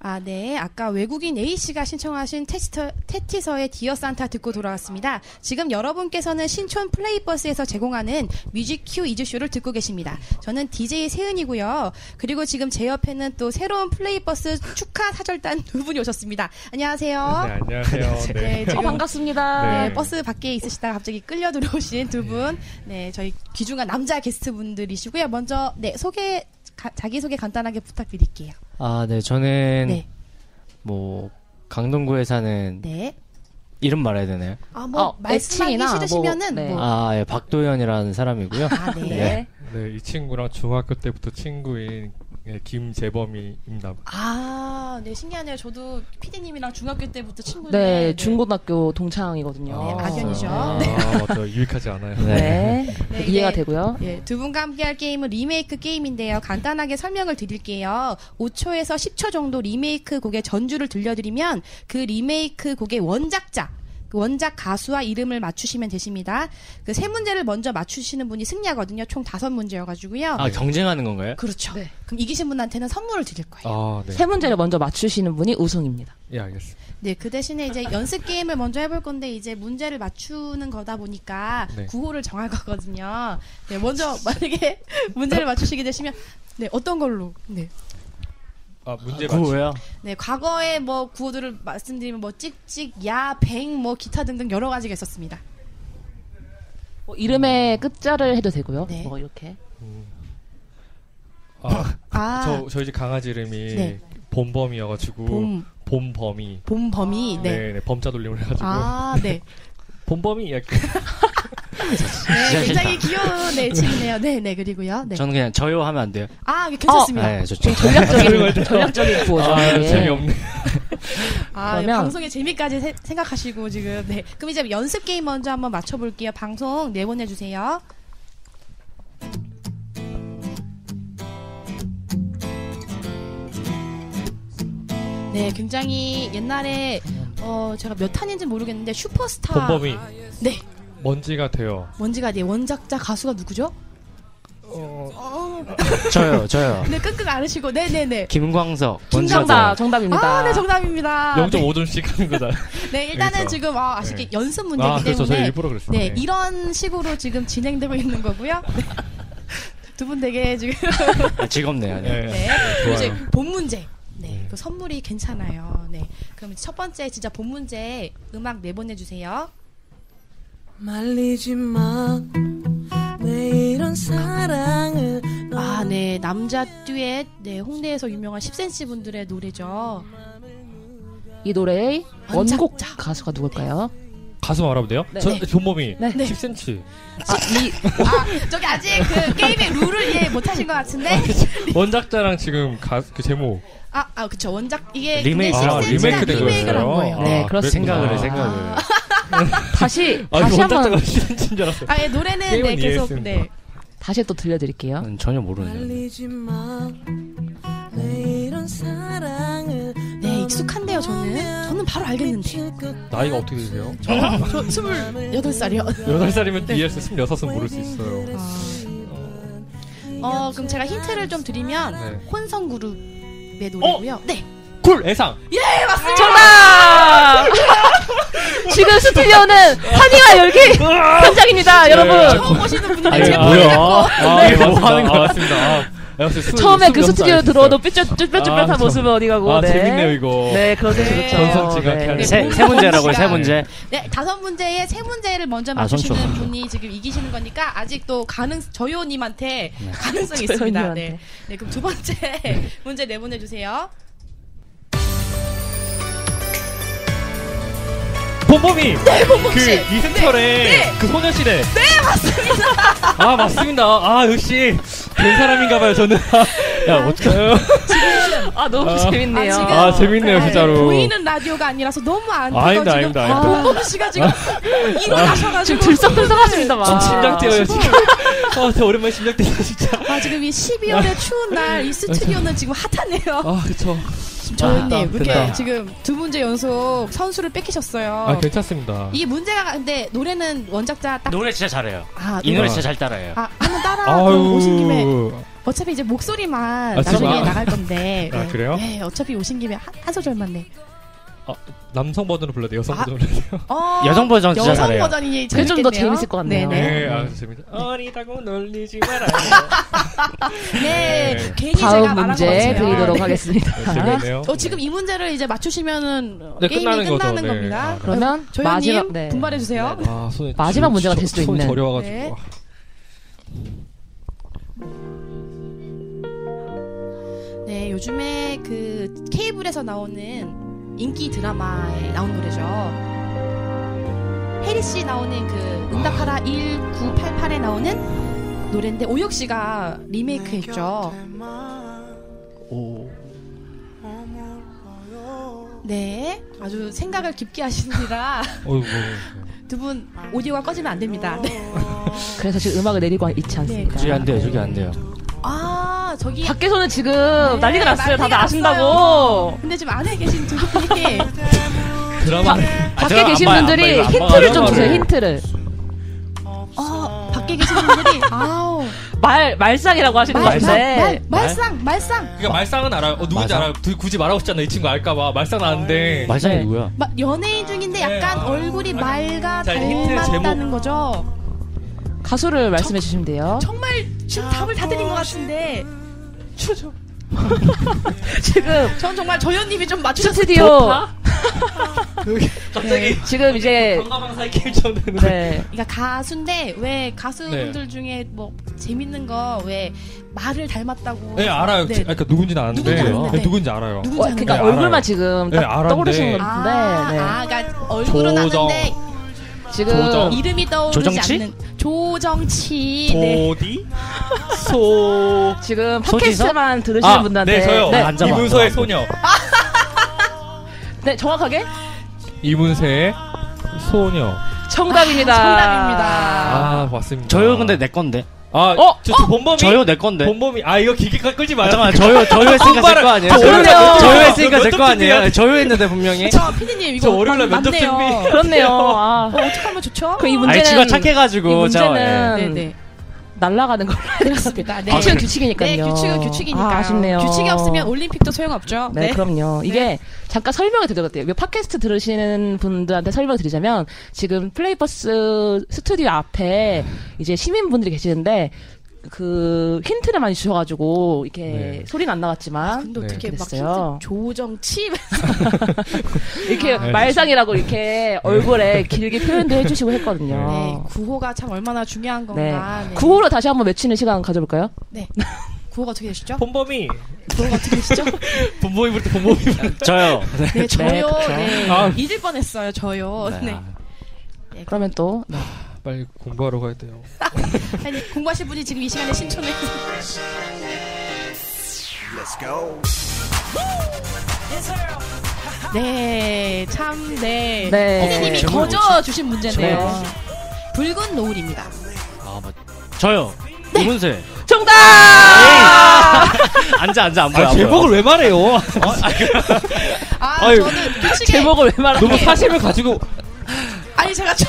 아, 네. 아까 외국인 A 씨가 신청하신 테스터, 테티서의 디어 산타 듣고 돌아왔습니다. 지금 여러분께서는 신촌 플레이버스에서 제공하는 뮤직큐 이즈쇼를 듣고 계십니다. 저는 DJ 세은이고요. 그리고 지금 제 옆에는 또 새로운 플레이버스 축하 사절단 두 분이 오셨습니다. 안녕하세요. 네, 안녕하세요. 네. 지금 어, 반갑습니다. 네, 네. 버스 밖에 있으시다가 갑자기 끌려 들어오신 두 분. 네, 저희 귀중한 남자 게스트분들이시고요. 먼저 네, 소개 가- 자기소개 간단하게 부탁드릴게요. 아, 네, 저는 네. 뭐 강동구에 사는 네. 이름 말해야 되나요? 아, 뭐 어, 말씀하기 애칭이나 뭐, 싫으시면은 뭐, 네. 아, 예, 박도현이라는 사람이고요. 네. 네, 이 친구랑 중학교 때부터 친구인 예, 김재범이입니다. 아, 네, 신기하네요. 저도 피디님이랑 중학교 때부터 친구인데. 네, 중고등학교 동창이거든요. 네, 악연이죠. 아, 네. 맞아요. 유익하지 않아요. 네. 네, 이해가 네. 되고요. 예, 두 분과 함께할 게임은 리메이크 게임인데요. 간단하게 설명을 드릴게요. 5초에서 10초 정도 리메이크 곡의 전주를 들려드리면 그 리메이크 곡의 원작자, 그 원작 가수와 이름을 맞추시면 되십니다. 그 세 문제를 먼저 맞추시는 분이 승리하거든요. 총 다섯 문제여가지고요. 아, 경쟁하는 건가요? 그렇죠. 그럼 이기신 분한테는 선물을 드릴 거예요. 아, 세 문제를 먼저 맞추시는 분이 우승입니다. 네. 예, 알겠습니다. 네, 그 대신에 이제 연습 게임을 먼저 해볼 건데 이제 문제를 맞추는 거다 보니까 네. 구호를 정할 거거든요. 네, 먼저 만약에 문제를 맞추시게 되시면 네 어떤 걸로? 네, 아, 문제 아, 구호요? 네 과거에 뭐 구호들을 말씀드리면 뭐 찍찍, 야, 뱅, 뭐 기타 등등 여러 가지가 있었습니다. 뭐 음. 이름의 끝자를 해도 되고요. 네. 뭐 이렇게. 아, 아. 저, 저희 집 강아지 이름이 네. 봄범이어가지고 봄. 봄범이. 봄범이 네. 네, 네, 범자 돌림을 해가지고. 아, 네. 봄범이 예, 이렇게. 네, 굉장히 귀여운 네, 친구네요. 네, 네, 그리고요. 네. 저는 그냥 저요 하면 안 돼요. 아, 괜찮습니다. 어, 네. 아, 예, 좋죠. 전략적인- 전략적인 구호죠. 아, 예. 재미없네. 아, 그러면- 방송의 재미까지 세- 생각하시고 지금 네. 그럼 이제 연습 게임 먼저 한번 맞춰 볼게요. 방송 내보내 주세요. 네, 굉장히 옛날에 어 제가 몇 탄인지 모르겠는데 슈퍼스타 봄범이. 네. 먼지가 돼요. 먼지가 네 원작자 가수가 누구죠? 어, 저요, 저요. 네, 끙끙 앓으시고, 네네네. 김광석. 먼저 김정답, 하세요. 아, 네, 정답입니다. 네. 0.5점씩 하는 거잖아요. 네, 일단은 그래서. 지금 아, 쉽게 네. 연습 문제이기 아, 그렇죠. 때문에 저희 일부러 그랬어요. 네, 네. 이런 식으로 지금 진행되고 있는 거고요. 두 분 되게 지금 아, 즐겁네요. 네. 네. 이제 본 문제. 네, 그 선물이 괜찮아요. 네, 그럼 첫 번째 진짜 본 문제 음악 내보내 주세요. 말리지 마. 왜 이런 사랑을 아, 네, 남자 듀엣, 네, 홍대에서 유명한 10cm 분들의 노래죠. 이 노래의 원곡 가수가 누굴까요? 가수 말하면 돼요? 네. 저 네. 존몸이 네. 10cm. 아, 저기 아직 그 게임의 룰을 이해 못 하신 것 같은데. 원작자랑 지금 가, 그 제목. 아, 아, 그쵸. 원작, 이게. 리메이크. 아, 리메이크 된 리메이크를 한 거였어요? 거예요. 아, 네. 그렇습니다. 생각을 해, 아. 생각을. 다시 아, 다시 원작자가 한번 10cm인 줄 알았어요. 아, 예, 노래는 게임은 네, 계속 이해했습니다. 네. 다시 또 들려드릴게요. 음. 전혀 모르네요. 말리지 마. 왜 이런 사랑을 네, 익숙한데요, 저는. 저는 바로 알겠는데. 나이가 어떻게 되세요? 저 28살이요. 8살이면 이해했어요. 26은 모를 수 있어요. 아. 어, 그럼 제가 힌트를 좀 드리면 네. 혼성 어? 그룹의 노래고요. 네. 쿨! 애상! 예, 맞습니다. 정답! 지금 스튜디오는 환희와 열기 네, 현장입니다, 아, 여러분. 처음 오시는 분들 아니, 제목을 뭐야? 갖고. 아, 네. 이게 뭐 하는 거 같습니다. 아, 역시 술- 처음에 술 그 명사 스튜디오 아시죠? 들어오던 뾰족뾰족한 아, 모습은 어디 가고. 아, 네. 재밌네요, 이거. 네, 그러세요. 네. 그렇죠. 전선지각 네. 하는 세, 세 문제라고요, 세 문제. 네, 다섯 문제에 세 문제를 먼저 아, 맞추시는 선수, 선수. 분이 지금 이기시는 거니까 아직도 가능 저요님한테 네. 가능성이 저요 있습니다. 언니한테. 네. 네, 그럼 두 번째 문제 내보내 주세요. 봄봄이! 네, 봄봄 그 씨. 이승철의 네. 그 소녀시대. 네, 맞습니다. 아, 맞습니다. 아, 역시 된 사람인가봐요, 저는. 아, 야, 어떡해요? 아, 너무 아. 재밌네요. 아, 지금- 아, 재밌네요, 아, 네, 진짜로. 보이는 라디오가 아니라서 너무 안 돼서 지금 아닙니다, 아닙니다, 아. 아닙니다. 봄봄 씨가 지금 일어나셔가지고 지금 네. 들썩들썩하십니다, 막. 좀 심장 뛰어요, 지금. 아, 저 오랜만에 심장 뛰어요, 진짜. 아 지금 이 12월의 추운 날 이 스튜디오는 지금 핫하네요. 아, 그쵸. 저현님 됐다, 이렇게 됐다. 지금 두 문제 연속 선수를 뺏기셨어요. 아, 괜찮습니다. 이게 문제가 근데 노래는 원작자 딱 노래 진짜 잘해요. 아, 이 노래. 노래 진짜 잘 따라해요. 아, 한번 따라 아유. 오신 김에 어차피 이제 목소리만 아, 지금 나중에 아- 나갈 건데. 아, 네. 그래요? 네, 어차피 오신 김에 한, 한 소절만 내. 아, 남성 버전을 불러야 돼, 여성 버전을 불러야 돼요. 어, 여성 버전 진짜 여성 잘해요. 버전이 그게 좀더 재밌겠네요. 재밌을 것 같네요. 네네. 네, 아, 재밌다. 어리다고 놀리지 말아요. 네, 네. 괜히 다음 제가 말한 문제 거예요. 드리도록 네. 하겠습니다. 재밌네요. 어, 지금 이 문제를 이제 맞추시면은 어, 네, 게임이 끝나는 끝나는, 거죠. 네. 겁니다. 아, 그러면 어, 조현님 마지막 네. 분발해 주세요. 아, 손에 마지막 줄- 문제가 저- 될 수도 손이 있는. 저려가지고. 네. 네, 요즘에 그 케이블에서 나오는 인기 드라마에 나온 노래죠. 해리 씨 나오는 그 응답하라 1988에 나오는 노래인데 오혁 씨가 리메이크했죠. 오. 네, 아주 생각을 깊게 하시느라 어이구. 두 분 오디오가 꺼지면 안 됩니다. 네. 그래서 지금 음악을 내리고 있지 않습니다. 그렇죠. 저기 안 돼요, 저기 안 돼요. 아, 저기 밖에서는 지금 난리가 네, 났어요. 다들 난리가 아신다고. 근데 지금 안에 계신 두 분이 드라마. 아, 밖에 계신 분들이 힌트를 좀 주세요. 아, 힌트를. 어, 밖에 계신 분들이 아우 네. 말 말상이라고 하시는 말, 건데. 말, 말, 상 말상 그러니까 말상은 알아요. 어, 누군지 말상? 알아요. 두- 굳이 말하고 싶지 않아. 이 친구 알까봐. 말상은 아는데. 말상이 네. 누구야? 마- 연예인 아, 중인데 약간 얼굴이 말과 자, 힌트 닮았다는 거죠. 가수를 말씀해 주시면 돼요. 정말 아, 지금 답을 다 드린 것 같은데 추죠. 지금 전 정말 조연님이 좀 맞추셨을 스튜디오 듯하? 갑자기 지금 이제 건강한 사이 게임처럼 되는. 네. 그러니까 가수인데 왜 가수분들 네. 중에 뭐 재밌는 거 왜 말을 닮았다고 네 알아요. 네. 아, 그러니까 누군지는 아는데 누군지 아는데. 네, 누군지 알아요. 누군지 어, 아는 그러니까 네, 알아요. 얼굴만 지금 네, 딱 알았는데. 떠오르시는 것 같은데. 아, 네. 아, 그러니까 얼굴은 조정. 아는데 지금 조정. 이름이 떠오르지 조정치? 않는 조정치 네. 도디 소. 지금 소지섭? 팟캐스트만 들으시는 아, 분들한테 네 저요. 네, 앉아봐, 이문서의 앉아봐. 소녀. 네, 정확하게 이문세의 소녀. 정답입니다. 아, 정답입니다. 아 맞습니다. 저요 근데 내 건데. 아, 어? 저, 저 본범이 저요 내 건데. 본범이 아 이거 기계가 끌지 마요. 잠깐만 저요 저요 했으니까 제 똥바람. 거 아니에요? 아, 저요, 그러네요. 저요 했으니까 제 이거 거 어떻게 아니에요? 해야 저요 했는데 분명히. 저 피디님 저 이거 월요일 날 맞- 면접 맞네요. 준비. 그렇네요. 아. 어, 어떻게 하면 좋죠? 그럼 이 아니 문제는 지가 이 착해가지고 저. 예. 문제는 네네. 날아가는 걸로 그렇습니다. 네. 규칙은 네, 규칙이니까요. 규칙은 규칙이니까요. 아, 쉽네요 규칙이 없으면 올림픽도 소용없죠. 네, 그럼요. 이게 잠깐 설명을 드려도 돼요. 이 팟캐스트 들으시는 분들한테 설명을 드리자면 지금 플레이버스 스튜디오 앞에 이제 시민분들이 계시는데 그 힌트를 많이 주셔가지고 이렇게 네. 소리는 안 나왔지만 근데 어떻게 막 그랬어요. 힌트 조정치 이렇게 아, 네. 말상이라고 이렇게 얼굴에 길게 표현도 해주시고 네, 했거든요. 구호가 참 얼마나 중요한 어. 네. 건가. 네. 구호로 다시 한번 외치는 시간 가져볼까요? 네. 구호가 어떻게 되시죠? 본범이 구호가 어떻게 되시죠? 본보이부터 본보이부터 저요. 네, 저요. 네, 아. 잊을 뻔했어요. 저요. 네. 네. 그러면 또 네. 빨리 공부하러 가야 돼요. 아니, 공부하실 분이 지금 이 시간에 신청해. Let's go. 네, 참, 네. 네. 선생님이 제목이 거저 뭐지? 주신 문제네요. 제목이 붉은 노을입니다. 네. 아, 뭐, 맞. 저요. 이문세. 정답! 앉아 앉아 안 보여. 아, 제목을 왜 말해요? 아, 아유, 그 저는 규칙에 제목을 왜 말하냐. 너무 사심을 가지고. 아니, 제가 저.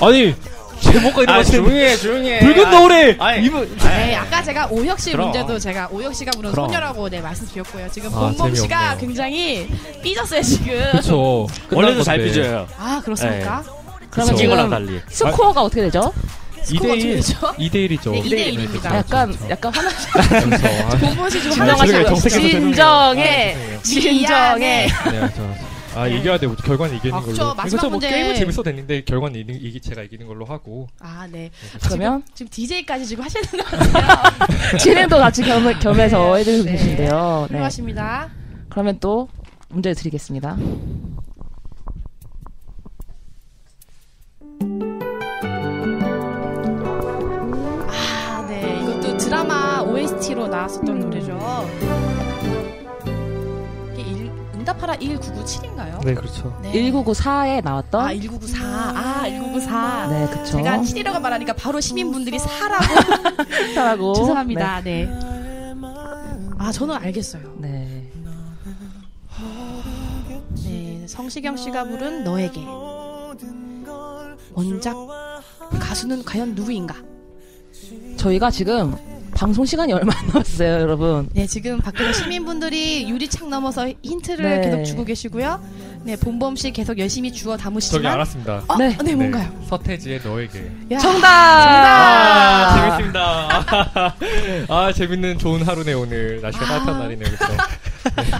아니, 제목과 이런 아, 것 때문에- 조용히 해, 조용히 해. 붉은 아, 노을에. 아니, 이분. 네, 아까 제가 오혁 씨 그럼. 문제도 제가 오혁 씨가 부른 그럼. 소녀라고 네, 말씀드렸고요. 지금 아, 본범 씨가 재미없네요. 굉장히 삐졌어요, 지금. 그렇죠. 그쵸. 원래도 잘 삐져요. 아, 그렇습니까? 네. 그쵸. 그러면 지금 이거랑 달리. 스코어가 어떻게 되죠? 스코어 어떻게 되죠? 아, 2대1이죠. 네, 2대 1입니다. 아, 그렇죠, 약간 약간 하나 본범 씨 아, 지금 네, 진정하시고요. 화나가시고요. 정색해서 진정해 진정해 네, 알죠. 아, 이겨야 돼. 결과는 이기는 아, 걸로. 그쵸. 마지막 이거 저뭐 문제. 게임은 재밌어 됐는데 결과는 이기, 이기 제가 이기는 걸로 하고. 아, 네. 그러면? 지금, 지금 DJ까지 지금 하시는 거 진행도 같이 겸, 겸해서 해주고 계신데요. 네. 필요하십니다. 그러면 또 문제 드리겠습니다. 아, 네. 이것도 드라마 OST로 나왔었던 노래죠. 이게 일- 응답하라 1997인가요? 네, 그렇죠. 네. 1994에 나왔던 아, 1994. 아, 1994. 네, 그쵸. 제가 7이라고 말하니까 바로 시민분들이 사라고. 사라고. 죄송합니다. 네. 아, 저는 알겠어요. 네. 네. 성시경 씨가 부른 너에게. 원작 가수는 과연 누구인가? 저희가 지금 방송 시간이 얼마 안 남았어요, 여러분. 네, 지금 밖에서 시민분들이 유리창 넘어서 힌트를 네. 계속 주고 계시고요. 네, 본범 씨 계속 열심히 주워 담으시지만 저기 알았습니다. 어? 네. 네, 뭔가요? 서태지의 너에게. 야, 아, 정답! 재밌습니다. 아, 재밌는 좋은 하루네, 오늘. 날씨가 따뜻한 날이네요, 그쵸?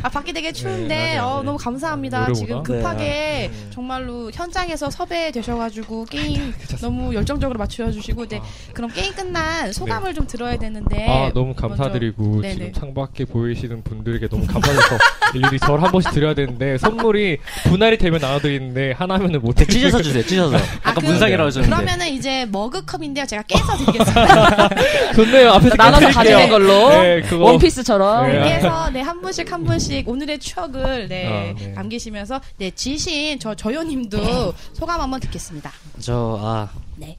아, 밖에 되게 추운데 네, 어, 너무 감사합니다. 노래 지금 오나? 급하게 정말로 현장에서 섭외 되셔가지고 아, 네, 게임 너무 열정적으로 맞춰주시고 네, 그럼 게임 끝난 소감을 좀 들어야 되는데 네. 아, 네, 너무 먼저- 감사드리고, 네네. 지금 창밖에 보이시는 분들에게 너무 감사해서 일일이 절 한 번씩 드려야 되는데, 선물이 분할이 되면 나눠드리는데, 하나면은 네, 못해. 그 네. 찢어서 주세요, 찢어서. 아까 문상이라고 하셨는데. 그 그러면은 이제 머그컵인데요. 제가 깨서 드리겠습니다. 좋네요, 앞에서 나눠서 아, 드릴게요. 가지는 걸로. 네, 그거. 원피스처럼. 네. 그래서 네, 한 분씩 한 분씩 오늘의 추억을 네, 아, 네. 남기시면서 네, 지신 저 저요님도 소감 한번 듣겠습니다. 저 아. 네.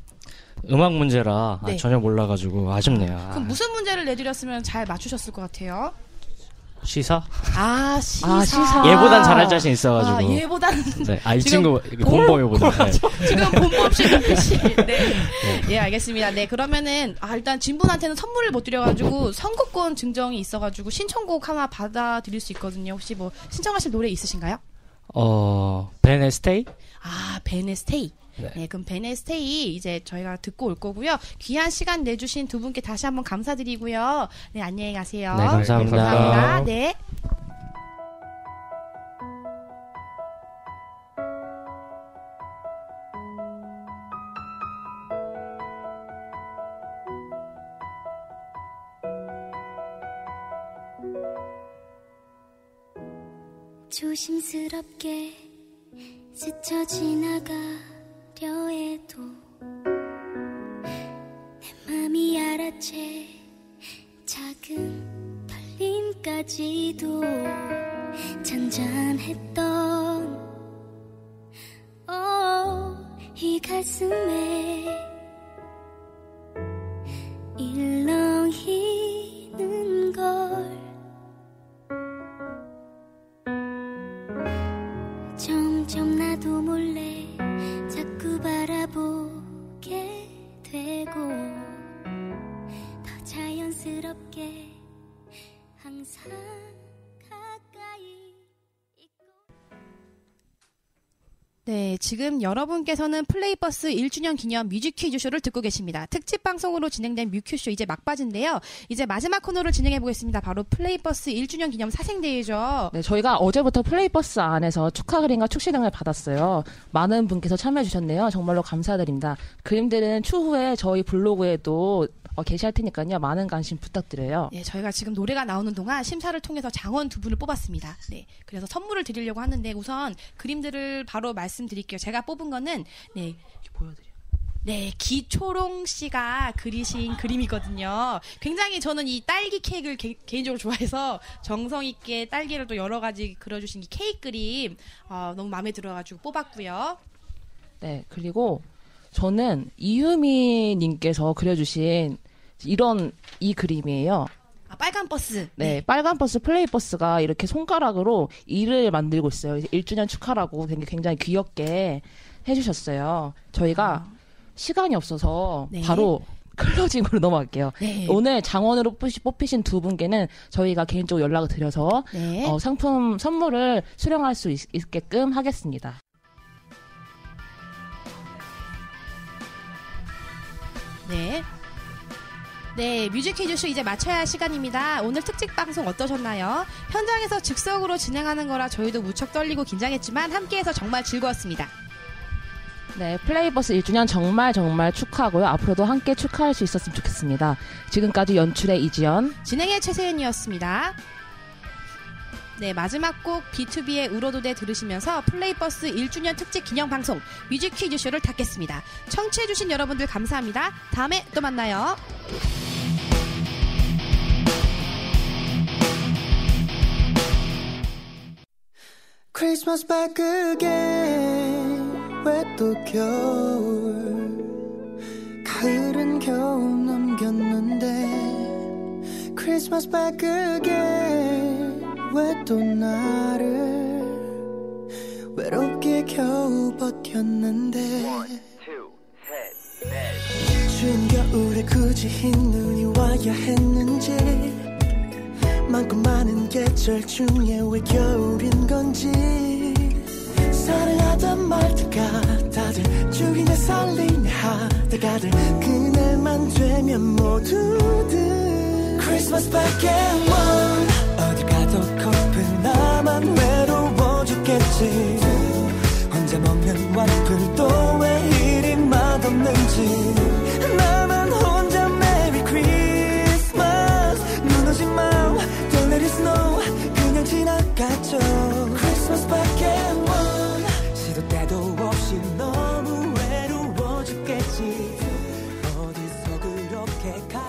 음악 문제라 아, 네. 전혀 몰라 가지고 아쉽네요. 아, 그럼 무슨 문제를 내드렸으면 잘 맞추셨을 것 같아요? 시사? 아 시사. 아, 시사. 얘보단 잘할 자신 있어가지고. 아, 얘보단 네. 아, 이 지금 친구 볼- 본범이보다. 네. 지금 본부 없이 눈빛이. 네. 예, 알겠습니다. 네, 그러면은 아, 일단 진분한테는 선물을 못 드려가지고 선곡권 증정이 있어가지고 신청곡 하나 받아드릴 수 있거든요. 혹시 뭐 신청하실 노래 있으신가요? 어, 베네스테이? 아, 베네스테이. 네. 그럼 베네스테이 이제 저희가 듣고 올 거고요. 귀한 시간 내주신 두 분께 다시 한번 감사드리고요. 네, 안녕히 가세요. 네, 감사합니다. 감사합니다. 네. 조심스럽게 스쳐 지나가려 해도 내 맘이 알아채 작은 떨림까지도 잔잔했던 oh, 이 가슴에 일렁이는 걸 점점 나도 몰래 자꾸 바라보게 되고 네, 지금 여러분께서는 플레이버스 1주년 기념 뮤직 퀴즈쇼를 듣고 계십니다. 특집 방송으로 진행된 뮤큐쇼 이제 막바지인데요. 이제 마지막 코너를 진행해 보겠습니다. 바로 플레이버스 1주년 기념 사생대회죠. 네, 저희가 어제부터 플레이버스 안에서 축하 그림과 축시 등을 받았어요. 많은 분께서 참여해 주셨네요. 정말로 감사드립니다. 그림들은 추후에 저희 블로그에도 어, 게시할 테니까요. 많은 관심 부탁드려요. 예, 저희가 지금 노래가 나오는 동안 심사를 통해서 장원 두 분을 뽑았습니다. 네, 그래서 선물을 드리려고 하는데 우선 그림들을 바로 말씀드릴게요. 제가 뽑은 거는 네 보여드려. 네, 기초롱 씨가 그리신 그림이거든요. 굉장히 저는 이 딸기 케이크를 개, 인적으로 좋아해서 정성 있게 딸기를 또 여러 가지 그려주신 이 케이크 그림 어, 너무 마음에 들어가지고 뽑았고요. 네, 그리고 저는 이유미 님께서 그려주신 이런 이 그림이에요. 아, 빨간 버스. 네, 빨간 버스 플레이 버스가 이렇게 손가락으로 일을 만들고 있어요. 1주년 축하라고 되게 굉장히 귀엽게 해주셨어요. 저희가 시간이 없어서 아. 네. 바로 클로징으로 넘어갈게요. 네. 오늘 장원으로 뽑히- 뽑히신 두 분께는 저희가 개인적으로 연락을 드려서 네. 어, 상품 선물을 수령할 수 있, 있게끔 하겠습니다. 네. 네, 뮤직 퀴즈쇼 이제 마쳐야 할 시간입니다. 오늘 특집 방송 어떠셨나요? 현장에서 즉석으로 진행하는 거라 저희도 무척 떨리고 긴장했지만 함께해서 정말 즐거웠습니다. 네, 플레이버스 1주년 정말 정말 축하하고요. 앞으로도 함께 축하할 수 있었으면 좋겠습니다. 지금까지 연출의 이지연. 진행의 최세은이었습니다. 네, 마지막 곡 B2B의 울어도대 들으시면서 플레이버스 1주년 특집 기념 방송 뮤직 퀴즈쇼를 닫겠습니다. 청취해주신 여러분들 감사합니다. 다음에 또 만나요. Christmas back again 왜 또 겨울 가을은 겨우 넘겼는데 Christmas back again 왜 또 나를 외롭게 겨우 버텼는데 추운 겨울에 굳이 흰 눈이 와야 했는지 많고 많은 계절 중에 왜 겨울인 건지 사랑하던 말투가 다들 죽이냐 살리냐 하다가들 그날만 되면 모두들 크리스마스밖에 원 어디 가도 커플 나만 외로워 죽겠지 혼자 먹는 와플도 왜 이리 맛없는지 나만 혼자 메리 크리스마스 무너진 마음 Don't let it snow 그냥 지나갔죠 크리스마스밖에 원 시도 때도 없이 너무 외로워 죽겠지 어디서 그렇게 가